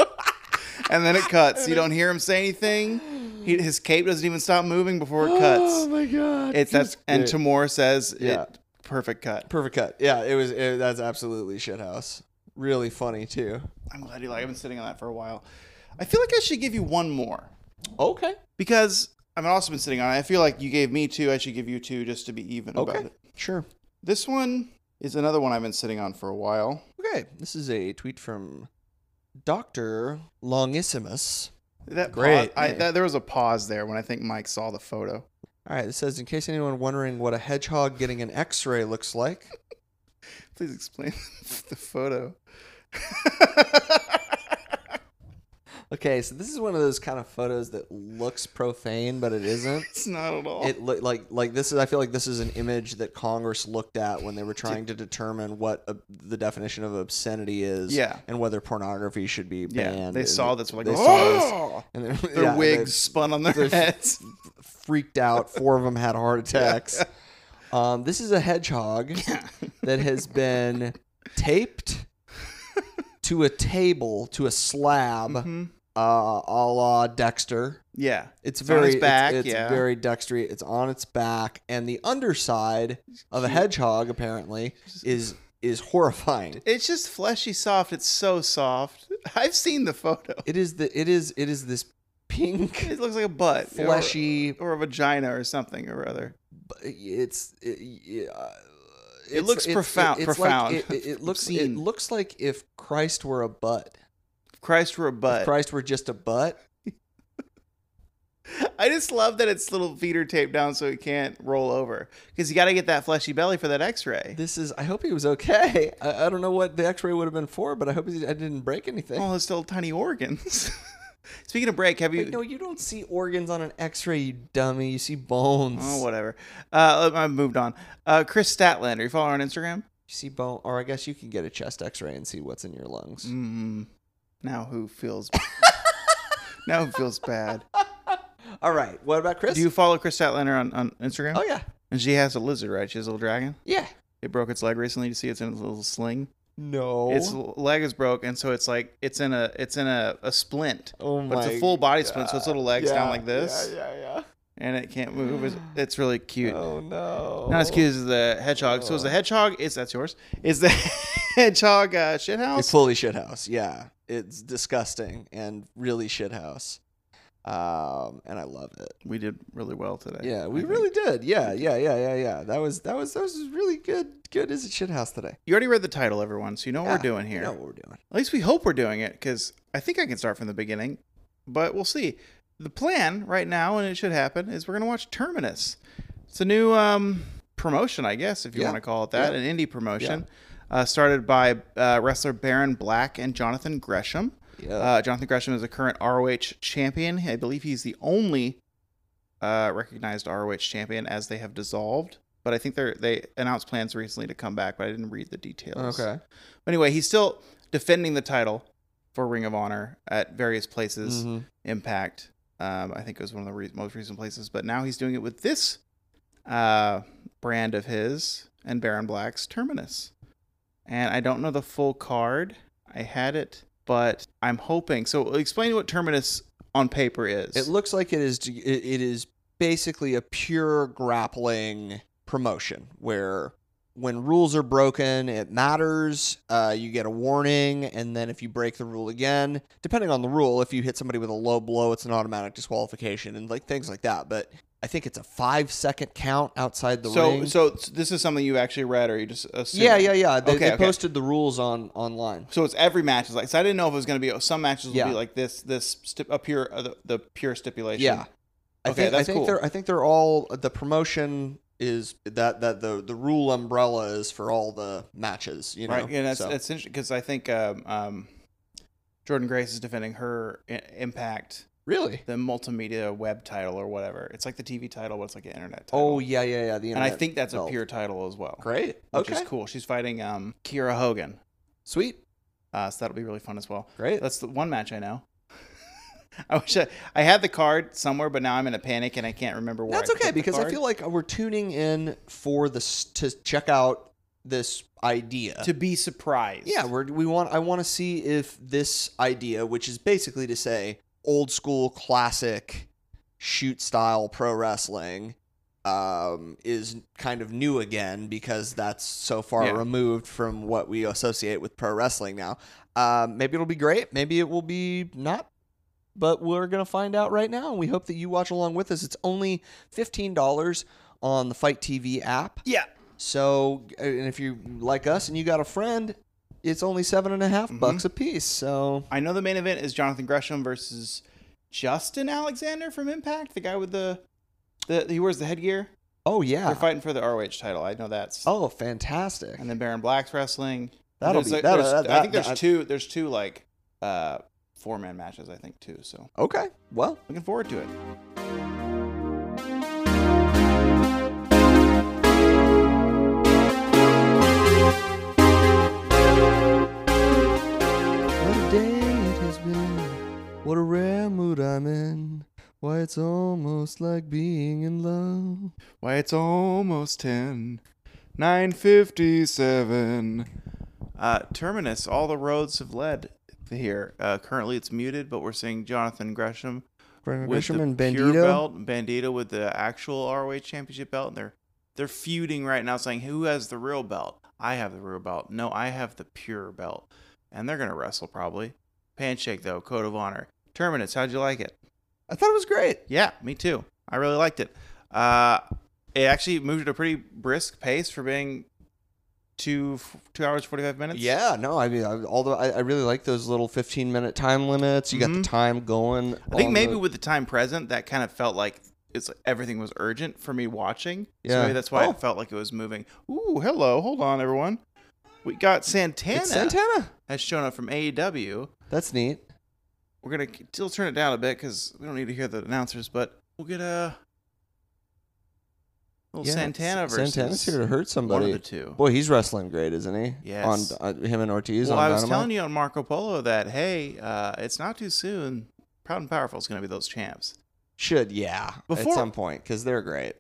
and then it cuts. You don't hear him say anything. He, his cape doesn't even stop moving before Oh, it cuts. my god! It's that's and great. Tamor says Yeah. it perfect cut. perfect cut. Yeah, it was. It, that's absolutely shithouse. Really funny too. I'm glad you like. I've been sitting on that for a while. I feel like I should give you one more Okay. because I've also been sitting on it. I feel like you gave me two. I should give you two just to be even Okay. about it. Sure. This one is another one I've been sitting on for a while. Okay. This is a tweet from Doctor Longissimus. That pause- Great. I, Yeah. that, there was a pause there when I think Mike saw the photo. All right, it says in case anyone wondering what a hedgehog getting an X-ray looks like. Please explain the photo. Okay, so this is one of those kind of photos that looks profane, but it isn't. it's not at all. It look like like this is. I feel like this is an image that Congress looked at when they were trying to determine what ob the definition of obscenity is, Yeah. and whether pornography should be yeah, banned. they and saw this. Like, they oh! saw this, and they're- Their yeah, they wigs spun on their they're- heads. freaked out. Four of them had heart attacks. Um, this is a hedgehog that has been taped to a table, to a slab, Mm-hmm. uh, a la Dexter. Yeah, It's on very its back, It's, it's yeah. very Dextery. It's on its back, and the underside of a hedgehog apparently is is horrifying. it's just fleshy soft. It's so soft. I've seen the photo. It is the it is it is this pink, It looks like a butt, or- fleshy. or, a vagina, or something or other. It's it, uh, It looks profound. it's profound. Like, it, it, it looks. It Obscene. looks like if Christ were a butt. If Christ were a If butt. Christ were just a butt. I just love that its little feet are taped down so it can't roll over because you got to get that fleshy belly for that X-ray. This is. I hope he was okay. I, I don't know what the X-ray would have been for, but I hope he, I didn't break anything. All his little tiny organs. Speaking of break, have you? Wait, no, you don't see organs on an X-ray, you dummy. You see bones. oh, whatever. Uh, I moved on. Uh, Chris Statlander, you follow her on Instagram? You see bone, or I guess you can get a chest X-ray and see what's in your lungs. Mm, now who feels? now who feels bad? All right. What about Chris? Do you follow Chris Statlander on, on Instagram? oh yeah, And she has a lizard, right? She has a little dragon. yeah. It broke its leg recently. You see, it's in a little sling. No. Its leg is broke, and so it's like it's in a it's in a, a splint. oh my. But it's a full body splint, so its little legs down Yeah, like this, Yeah, yeah, yeah. and it can't move. It's, it's really cute. Oh no. Not as cute as the hedgehog. So is the hedgehog? Is that's yours? Is the hedgehog uh, It's shithouse? fully shithouse. Yeah, it's disgusting and really shithouse. Um, and I love it. We did really well today. Yeah, I we think. really did. Yeah, yeah, yeah, yeah, yeah. That was that was that was really good. Good as a shithouse today. You already read the title, everyone, so you know what Yeah, we're doing here. You know what we're doing? At least we hope we're doing it because I think I can start from the beginning, but we'll see. The plan right now, and it should happen, is we're going to watch Terminus. It's a new um, promotion, I guess, if you Yeah. want to call it that, Yeah. an indie promotion uh, started by uh, wrestler Baron Black and Jonathan Gresham. Yeah. Uh, Jonathan Gresham is a current ROH champion. I believe he's the only uh, recognized ROH champion as they have dissolved. But I think they are they announced plans recently to come back, but I didn't read the details. okay. Anyway, he's still defending the title for Ring of Honor at various places. Mhm. Impact, um, I think, it was one of the re- most recent places. But now he's doing it with this uh, brand of his and Baron Black's Terminus. And I don't know the full card. I had it. but I'm hoping. So explain what Terminus on paper is. It looks like it is it it is basically a pure grappling promotion where when rules are broken, it matters. Uh, you get a warning, and then if you break the rule again, depending on the rule, if you hit somebody with a low blow, it's an automatic disqualification and like things like that. But I think it's a five second count outside the so ring. so this is something you actually read, or you just assume? yeah, yeah, yeah. They, Okay, they okay. posted the rules on online. So it's every match is like. So I didn't know if it was going to be oh, some matches will Yeah. be like this this stip, a pure uh, the, the pure stipulation. Yeah. I Okay, think, that's I think cool. they're I think they're all the promotion is that that the the rule umbrella is for all the matches, you know. right. Yeah, that's so. that's interesting because I think um, um, Jordan Grace is defending her I- Impact really. the multimedia web title or whatever. It's like the TV title, but it's like an internet title. Oh yeah, yeah, yeah. The and I internet think that's a belt. pure title as well. great. Which okay, is cool. She's fighting um, Kira Hogan, sweet, uh, so that'll be really fun as well. great. That's the one match I know. I wish I, I had the card somewhere, but now I'm in a panic and I can't remember where. That's I okay put the because I card. feel like we're tuning in for this to check out this idea. to be surprised. yeah, we're, we want I want to see if this idea, which is basically to say old school classic shoot style pro wrestling, um, is kind of new again because that's so far Yeah. removed from what we associate with pro wrestling now. Um, maybe it'll be great. Maybe it will be not. But we're gonna find out right now, and we hope that you watch along with us. It's only fifteen dollars on the Fight TV app. Yeah. So, and if you like us and you got a friend, it's only seven and a half Mhm. bucks a piece. So, I know the main event is Jonathan Gresham versus Justin Alexander from Impact, the guy with the the he wears the headgear. oh yeah, They're fighting for the ROH title. I know that's. oh fantastic. And then Baron Black's wrestling. That'll There's be like- that, there's- that, I think that- there's two. There's two like uh, four man matches. I think too. So Okay, well, looking forward to it. what a day it has been. What a rare mood I'm in. Why it's almost like being in love. Why it's almost ten. 957. Uh, Terminus, all the roads have led here. Uh, currently it's muted, but we're seeing Jonathan Gresham with the Gresham and pure Bandito. belt, Bandito with the actual ROH championship belt, and they're they're feuding right now, saying who has the real belt. I have the real belt. No, I have the pure belt, and they're gonna wrestle probably. Handshake though, code of honor. Terminus, how'd you like it? I thought it was great. Yeah, me too. I really liked it. Uh, it actually moved at a pretty brisk pace for being two two hours forty five minutes. Yeah, no, I mean, I, although I, I really like those little 15 minute time limits. You got Mhm. the time going. I think on maybe the- with the time present, that kind of felt like it's everything was urgent for me watching. So Yeah. maybe that's why Oh. it felt like it was moving. Ooh, hello, hold on, everyone. We got Santana, it's Santana. has shown up from AEW. That's neat. We're gonna k- still turn it down a bit because we don't need to hear the announcers, but we'll get a little Yeah, Santana S- versus Santana's here to hurt one somebody. of the two. Boy, he's wrestling great, isn't he? Yes. On uh, him and Ortiz. well, on I was Dynamite. telling you on Marco Polo that hey, uh, it's not too soon. Proud and powerful is going to be those champs. Should yeah. Before- at some point because they're great.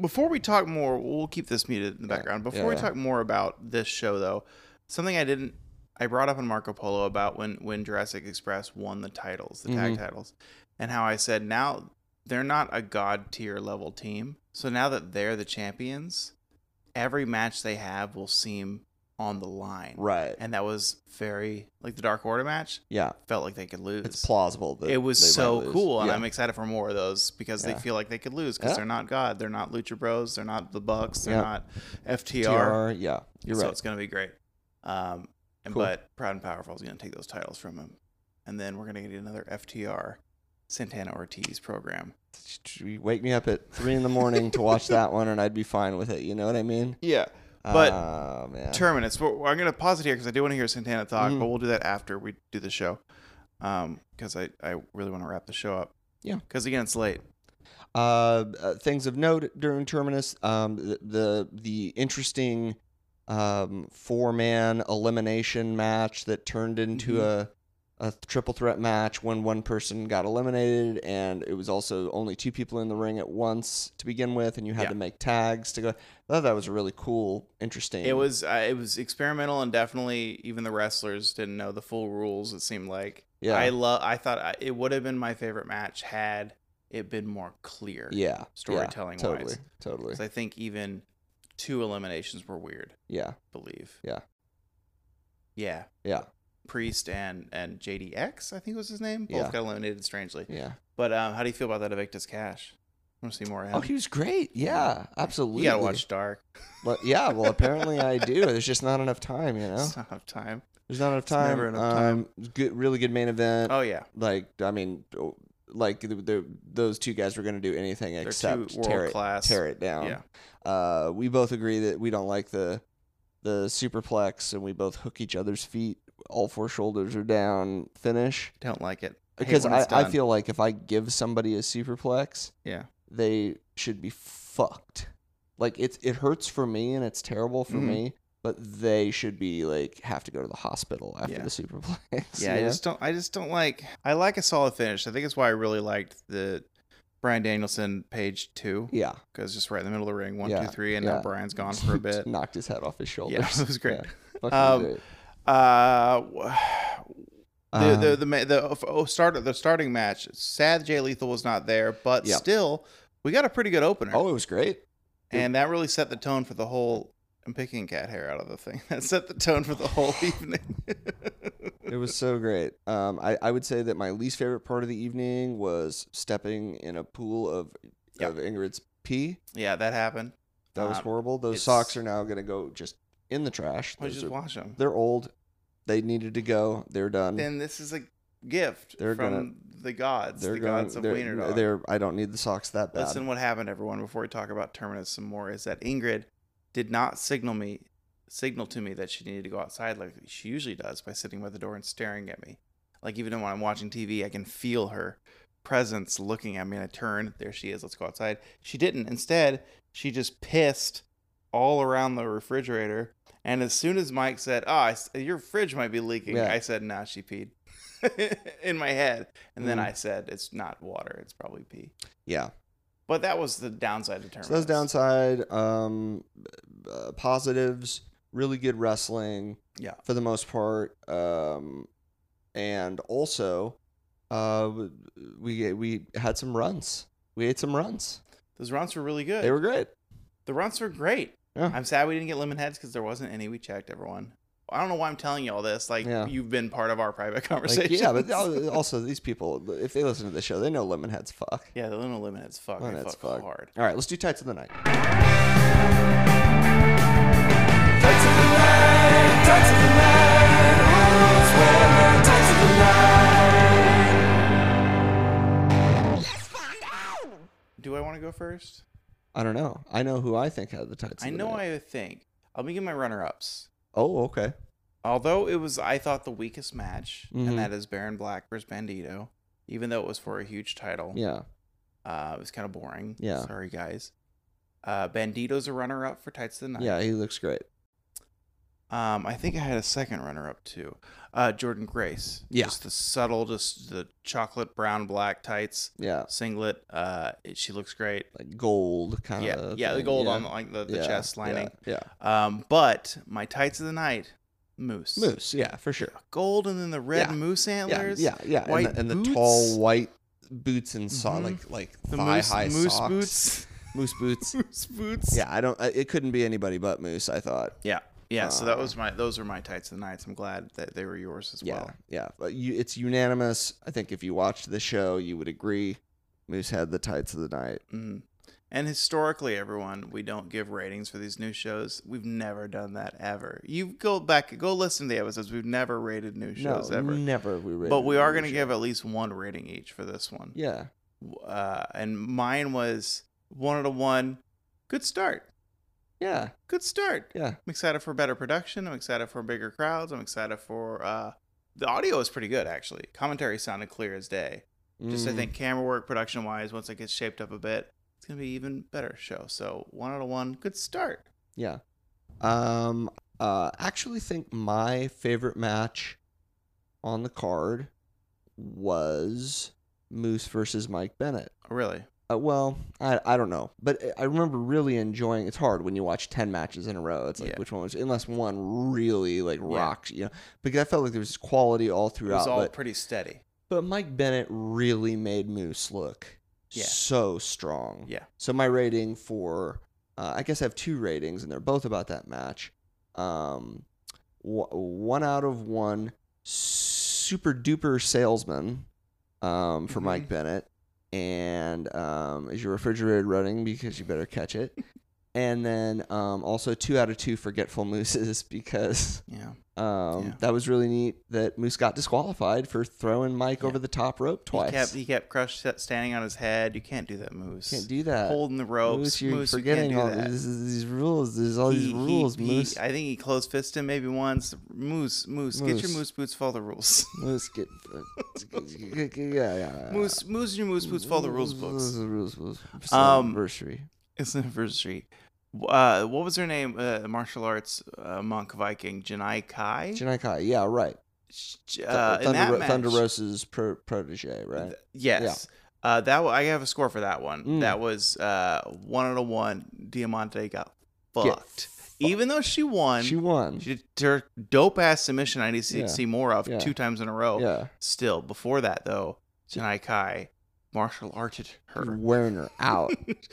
Before we talk more, we'll keep this muted in the Yeah. background. Yeah, Before we yeah. talk more about this show, though, something I didn't I brought up on Marco Polo about when when Jurassic Express won the titles, the tag Mm-hmm. titles, and how I said now they're not a god tier level team. So now that they're the champions, every match they have will seem on the line. Right. And that was very like the Dark Order match Yeah. felt like they could lose. It's plausible. That it was they might so lose. cool, and Yeah. I'm excited for more of those because they Yeah. feel like they could lose because Yeah. they're not God, they're not Lucha Bros, they're not the Bucks, they're Yeah. not FTR. TR. Yeah. You're so right. it's gonna be great. Um, and Cool. but Proud and Powerful is gonna take those titles from him, and then we're gonna get another FTR Santana Ortiz program. You Wake me up at three in the morning to watch that one, and I'd be fine with it. You know what I mean? Yeah, But- oh, man. Terminus. Well, I'm gonna pause it here because I do want to hear Santana talk, Mhm. but we'll do that after we do the show, um, because I I really want to wrap the show up. Yeah. because again it's late. Uh, uh, things of note during Terminus, um, the, the the interesting Mm-hmm. um, four man elimination match that turned into a a triple threat match when one person got eliminated and it was also only two people in the ring at once to begin with and you had Yeah. to make tags to go. I thought that was a really cool, interesting. It was uh, it was experimental and definitely even the wrestlers didn't know the full rules. It seemed like Yeah. I love. I thought I, it would have been my favorite match had it been more clear. yeah storytelling yeah, totally, wise. Totally. 'Cause I think even two eliminations were weird. yeah. I believe. Yeah. Yeah. Yeah. Priest and and JDX I think was his name. Both Yeah. got eliminated strangely. Yeah. But um, how do you feel about that Evictus Cash? I want to see more of him. Oh, he was great. Yeah, absolutely. you gotta watch Dark. But- yeah, well, apparently I do. There's just not enough time, you know. It's not enough time. There's not enough time. never enough um, Good, really good main event. Oh yeah. Like, I mean, oh, like the, the, those two guys were gonna do anything two except tear it, world-class- tear it down. Yeah. Uh, we both agree that we don't like the the superplex, and we both hook each other's feet. All four shoulders are down. Finish. Don't like it hate Because when it's I, I done. feel like if I give somebody a superplex, Yeah. they should be fucked. Like it's it hurts for me and it's terrible for Mhm. me, but they should be like have to go to the hospital after Yeah. the superplex. Yeah, I you know? just don't. I just don't like. I like a solid finish. I think that's why I really liked the Brian Danielson page two yeah. because just right in the middle of the ring, one, two, three, Yeah, and yeah. now Brian's gone for a bit. Knocked his head off his shoulders. yeah, it was great. Fucking Um, great. Uh, w- the, the Um, the ma- the oh, start the starting match. Sad Jay Lethal was not there, but Yeah. still, we got a pretty good opener, oh, it was great. and that really set the tone for the whole. I'm picking cat hair out of the thing. That set the tone for the whole evening. It was so great. Um, I, I would say that my least favorite part of the evening was stepping in a pool of Yeah. of Ingrid's pee. yeah, that happened. That was Um, horrible. Those it's- socks are now gonna go just in the trash. I Those just are- watch them. they're old. They needed to go. They're done. Then this is a gift They're from gonna- the gods, the gods of they're, Wiener Dog. They're, I don't need the socks that bad. Listen, what happened, everyone? Before we talk about Terminus some more, is that Ingrid did not signal me, signal to me that she needed to go outside like she usually does by sitting by the door and staring at me. Like even when I'm watching TV, I can feel her presence looking at me, and I turn. There she is. Let's go outside. She didn't. Instead, she just pissed all around the refrigerator. And as soon as Mike said, "Ah, I s- your fridge might be leaking," Yeah. I said, "Nah, she peed." in my head, and Mm. then I said, "It's not water. It's probably pee." yeah. But that was the downside to Terminus. So that's downside. Um, uh, positives, really good wrestling. Yeah. For the most part. Um, and also, uh, we we had some runs. We ate some runs. Those runs were really good. They were great. the runs were great. Yeah. I'm sad we didn't get lemon heads because there wasn't any. We checked everyone. I don't know why I'm telling you all this. Like Yeah. you've been part of our private Like, conversation. yeah, but al- also these people, if they listen to the show, they know Lemonheads fuck. yeah, the little lemon heads fuck. Lemon they Heads fuck, fuck. hard. All right, let's do tights of the night. Do I want to go first? I don't know. I know who I think had the tights. I of the know night. I think. Let me give my runner ups. Oh, okay. Although it was, I thought the weakest match, Mhm. and that is Baron Black versus Bandito. Even though it was for a huge title, Yeah. uh, it was kind of boring. Yeah. sorry guys. Uh, Bandito's a runner up for Tights of the Night. Yeah, he looks great. Um, I think I had a second runner up too. Uh, Jordan Grace. Yeah. Just the subtle, just the chocolate brown black tights Yeah. singlet. Uh, it- she looks great. like gold kind yeah, of. yeah, the gold on like the, the chest lining. Uh, Yeah, Um, but my tights of the night, moose, moose. Yeah, for sure. gold, and then the red Yeah. moose Yeah, antlers. yeah, yeah. white and, the, and the boots. tall white boots and so Mhm. like like the thigh moose, high moose socks. boots, Moose boots. moose boots. yeah, I don't. I- It couldn't be anybody but moose. I thought. yeah, yeah. so that Uh, was my those were my tights of the nights. I'm glad that they were yours as Yeah, well. yeah. But you, it's unanimous. I think if you watched the show, you would agree. Moose had the tights of the night. Mm. And historically, everyone, we don't give ratings for these new shows. We've never done that ever. You go back, go listen to the episodes. We've never rated new shows no, ever. never. We rated but we are going to Moose. give at least one rating each for this one. Yeah, Uh, and mine was one out of one. Good start. yeah, Good start. yeah. I'm excited for better production. I'm excited for bigger crowds. I'm excited for uh, the audio is pretty good actually. Commentary sounded clear as day just I Mm. think camera work, production wise, once it gets shaped up a bit, it's gonna be even better show. So one out of one, good start. Yeah. Um uh actually think my favorite match on the card was Moose versus Mike Bennett. Really? Uh, well, I, I don't know, but I- I remember really enjoying. It's hard when you watch ten matches in a row. It's like Yeah. which one was unless one really like rocks, you know. Because I felt like there was quality all It throughout. was all but, pretty steady. but Mike Bennett really made Moose look Yeah. so strong. Yeah. So my rating for, uh, I guess I have two ratings, and they're both about that match. Um, wh- one out of one, super duper salesman, um, for Mike Mm-hmm. Bennett, and um, is your refrigerator running because you better catch it. And then um, also two out of two forgetful mooses because Yeah. um, Yeah. that was really neat that Moose got disqualified for throwing Mike Yeah. over the top rope twice. He kept he kept crushed standing on his head. You can't do that, Moose. Can't do that. Holding the ropes, Moose. Moose, you're you forgetting all can't do that. This is, these rules. There's all He- these he- rules, he- Moose. I think he closed fist him maybe once. Moose, Moose, get your Moose. Moose boots. Follow the rules. Moose get. yeah, yeah, yeah. moose, Moose, your Moose boots. Follow the rules Rules, books. rules, rules. It's Um, anniversary. It's in First Street. Uh, what was her name? Uh, martial arts uh, monk Viking Janai Kai. Janai Kai, yeah, right. Sh- j- uh, in Thunder, that Ro- match, Thunder Rose's pro- protege, right? th- yes. Uh, that w- I have a score for that one. Mm. That was uh, one out of one. Diamante got fucked. Get Even though she won, she won. She did her dope ass submission I need to see, Yeah. see more of Yeah. two times in a row. yeah, Still, before that though, Janai Kai martial arted her. wearing her out.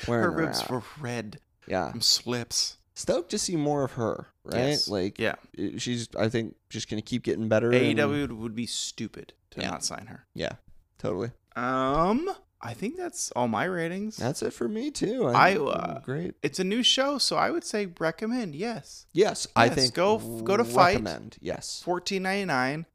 Wearing her her, ribs out. were red yeah. from slips. Stoked to see more of her, right? Yes. Like, Yeah. it- she's I think just gonna keep getting better. and- AEW would- would be stupid to Yeah. not sign her. yeah, totally. Um, I think that's all my ratings. That's it for me too. I, think, uh, great. it's a new show, so I would say recommend. Yes, Yes, I yes, think go f- go to fight. Recommend. Yes. fourteen ninety nine,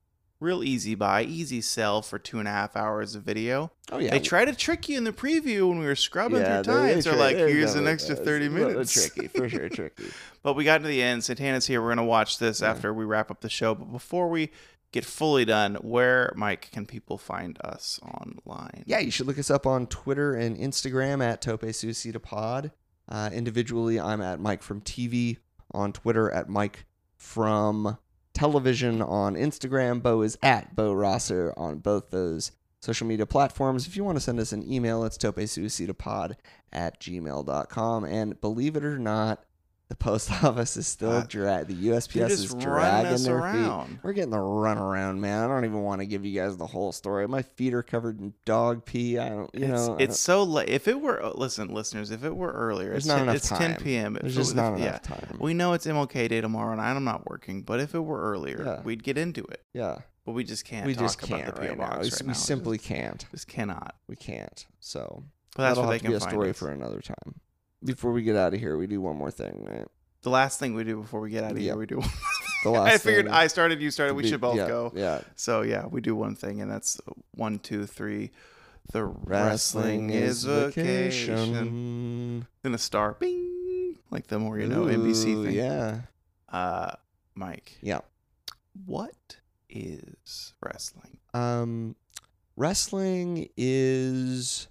real easy buy, easy sell for two and a half hours of video. Oh yeah. They try to trick you in the preview when we were scrubbing Yeah, through times. They're like, they're here's an definitely- extra that's 30 a little minutes. tricky, for sure, tricky. But we got to the end. Santana's here. We're going to watch this Yeah. after we wrap up the show. But before we get fully done, where, Mike, can people find us online? Yeah, you should look us up on Twitter and Instagram at Tope Suicida Pod. Uh, individually, I'm at Mike from TV on Twitter, at Mike from Television on Instagram. Bo is at Bo Rosser on both those social media platforms. If you want to send us an email, it's topesuicidapod at gmail.com. And believe it or not, the post office is still Uh, dra- the They're USPS is just running dragging us their feet. around. We're getting the runaround, man. I don't even want to give you guys the whole story. My feet are covered in dog pee. I don't, you it's, know, I it's so late. If it were, uh, listen, listeners, if it were earlier, There's it's, not 10, enough it's time. 10 p.m. don't- If there's it was- just not yeah. enough time. We know it's MLK Day tomorrow, and I'm not working. But if it were earlier, Yeah. we'd get into it. yeah, But we just can't we talk just about can't the PO right now. box We- right we now. simply can't. just cannot. We can't. So But that's that'll where have they to can be a find story us. for another time. Before we get out of here, we do one more thing. Right? the last thing we do before we get out of Yeah. here, we do. The last. I figured thing I started, you started. to We be- should both yeah, go. Yeah. So yeah, we do one thing, and that's one, two, three. The Wrestling, wrestling, is vacation. Then a star, bing, like the more you know NBC Ooh, thing. Yeah. Uh, Mike, Yeah. what is wrestling? um, wrestling is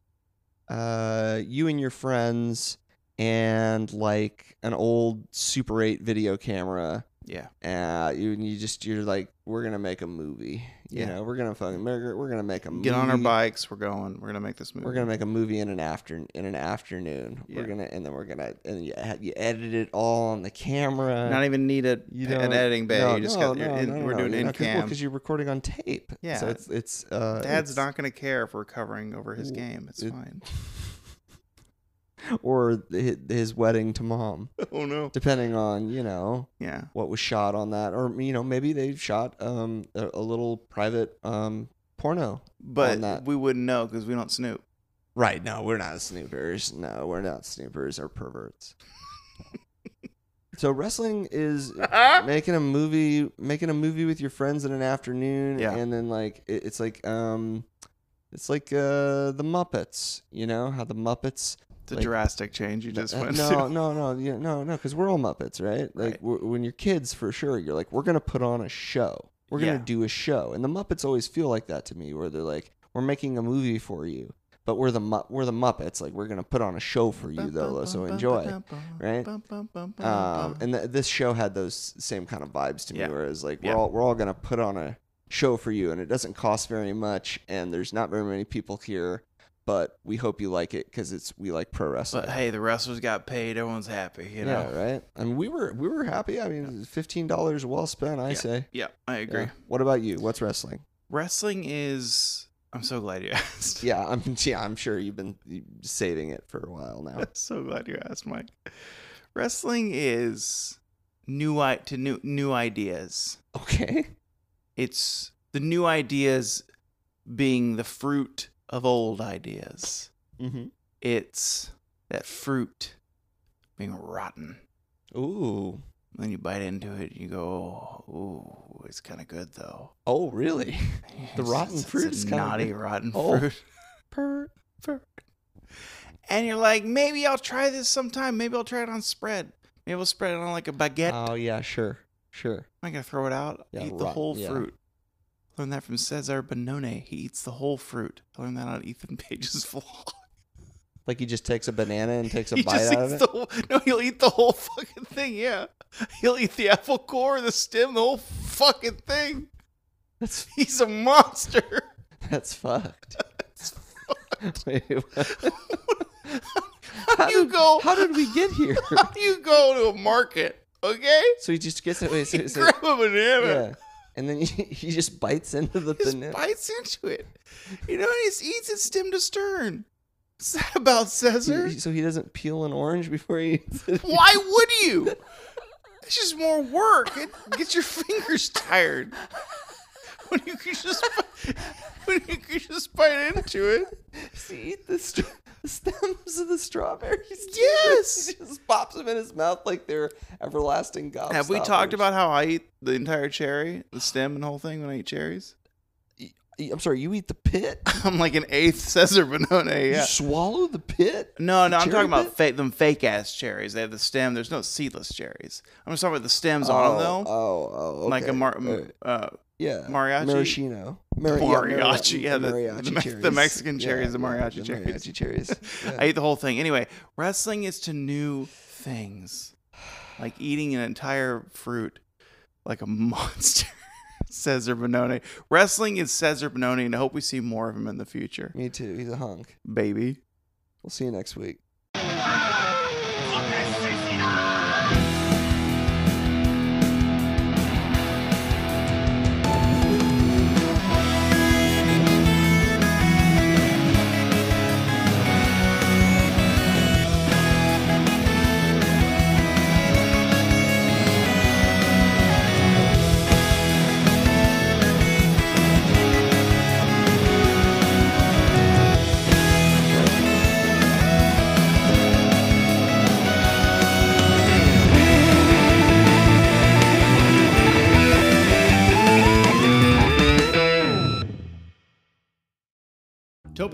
uh, you and your friends and like an old Super 8 video camera. Yeah, Uh, you and you just you're like we're gonna make a movie. You Yeah. know we're gonna fucking we're, we're gonna make a movie. get on our bikes. We're going. We're gonna make this movie. Um, We're gonna make a movie in an after in an afternoon. Yeah. We're gonna and then we're gonna and you, you edit it all on the camera. not even need a, You an don't- editing bay. No, you just no, got, you're no, in, no, no, we're no, doing you're in not- 'cause- well, cam. you're recording on tape. Yeah. so it's it's uh, Dad's it's- not gonna care if we're covering over his game. It's it- fine. or hi- his wedding to mom, Oh no. depending on you know Yeah. what was shot on that, or you know maybe they shot um a, a little private um porno. But that. we wouldn't know because we don't snoop. Right? No, we're not snoopers. No, we're not snoopers or perverts. so wrestling is making a movie, making a movie with your friends in an afternoon, Yeah. and then like it, it's like um. It's like uh, the Muppets, you know how the Muppets It's a Like- drastic change you just Uh, went no, to. no, no, yeah, no, no, because we're all Muppets, right? Like Right. w- when you're kids, for sure, you're like, we're gonna put on a show. We're gonna Yeah. do a show, and the Muppets always feel like that to me, where they're like, we're making a movie for you, but we're the Mu- we're the Muppets. Like we're gonna put on a show for you though, so enjoy. Um, right? Um, and th- this show had those same kind of vibes to me, Yeah. where it was like, we're Yeah. all we're all gonna put on a show for you, and it doesn't cost very much, and there's not very many people here, but we hope you like it because it's we like pro wrestling. But hey, the wrestlers got paid. Everyone's happy, you know. Yeah, right. I mean, we were we were happy. I mean, fifteen dollars well spent. I say. Yeah, I agree. Yeah. What about you? What's wrestling? Wrestling is. I'm so glad you asked. Yeah, I'm. Yeah, I'm sure you've been saving it for a while now. so glad you asked, Mike. Wrestling is new i- to new new ideas. Okay. It's the new ideas being the fruit of old ideas. Mm-hmm. It's that fruit being rotten. Ooh. Then you bite into it, you go, oh, ooh, it's kind of good though. Oh, really? The rotten fruit is kinda naughty, good. rotten Oh. fruit. Per. And you're like, maybe I'll try this sometime. Maybe I'll try it on spread. Maybe we'll spread it on like a baguette. Oh yeah, sure, sure. I'm gonna throw it out. Yeah, Eat the rotten, whole yeah. fruit. Learned that from Cesar Bonone. He eats the whole fruit. I learned that on Ethan Page's vlog. Like he just takes a banana and takes a he bite just out of eats it. the whole, no. He'll eat the whole fucking thing. Yeah, he'll eat the apple core, the stem, the whole fucking thing. That's He's a monster. that's fucked. Wait, what? How do you go? How did we get here? How do you go to a market? Okay, so he just gets it. Wait, so, so, grab a banana. yeah, and then he, he just bites into the just banana. bites into it. You know, and he just eats it stem to stern. Is that about Cesar? He- so he doesn't peel an orange before he eats it. Why would you? It's just more work. It gets your fingers tired. When you could just bi- when you could just bite into it. Does he eat the, stra- the stems of the strawberries? too? Yes. he just pops them in his mouth like they're everlasting gobstoppers. Have we talked about how I eat the entire cherry, the stem and whole thing when I eat cherries? I'm sorry, you eat the pit? I'm like an eighth Cesar Bonone. You Yeah. swallow the pit? No, no, I'm cherry talking about fake, them fake ass cherries. They have the stem. There's no seedless cherries. I'm just talking about the stems on them oh, though, oh, oh, okay. like a mar- m- Alright. uh, yeah, mariachi- maraschino, Mar- yeah, mara- mariachi. Yeah, the, the, Me- the cherries. Mexican Yeah, cherries, the yeah, mariachi the cherries. mariachi cherries. Yeah. I ate the whole thing. Anyway, wrestling is to new things, like eating an entire fruit, like a monster. Cesar Bononi. Wrestling is Cesar Bononi, and I hope we see more of him in the future, Me too. He's a hunk. baby. We'll see you next week. Tope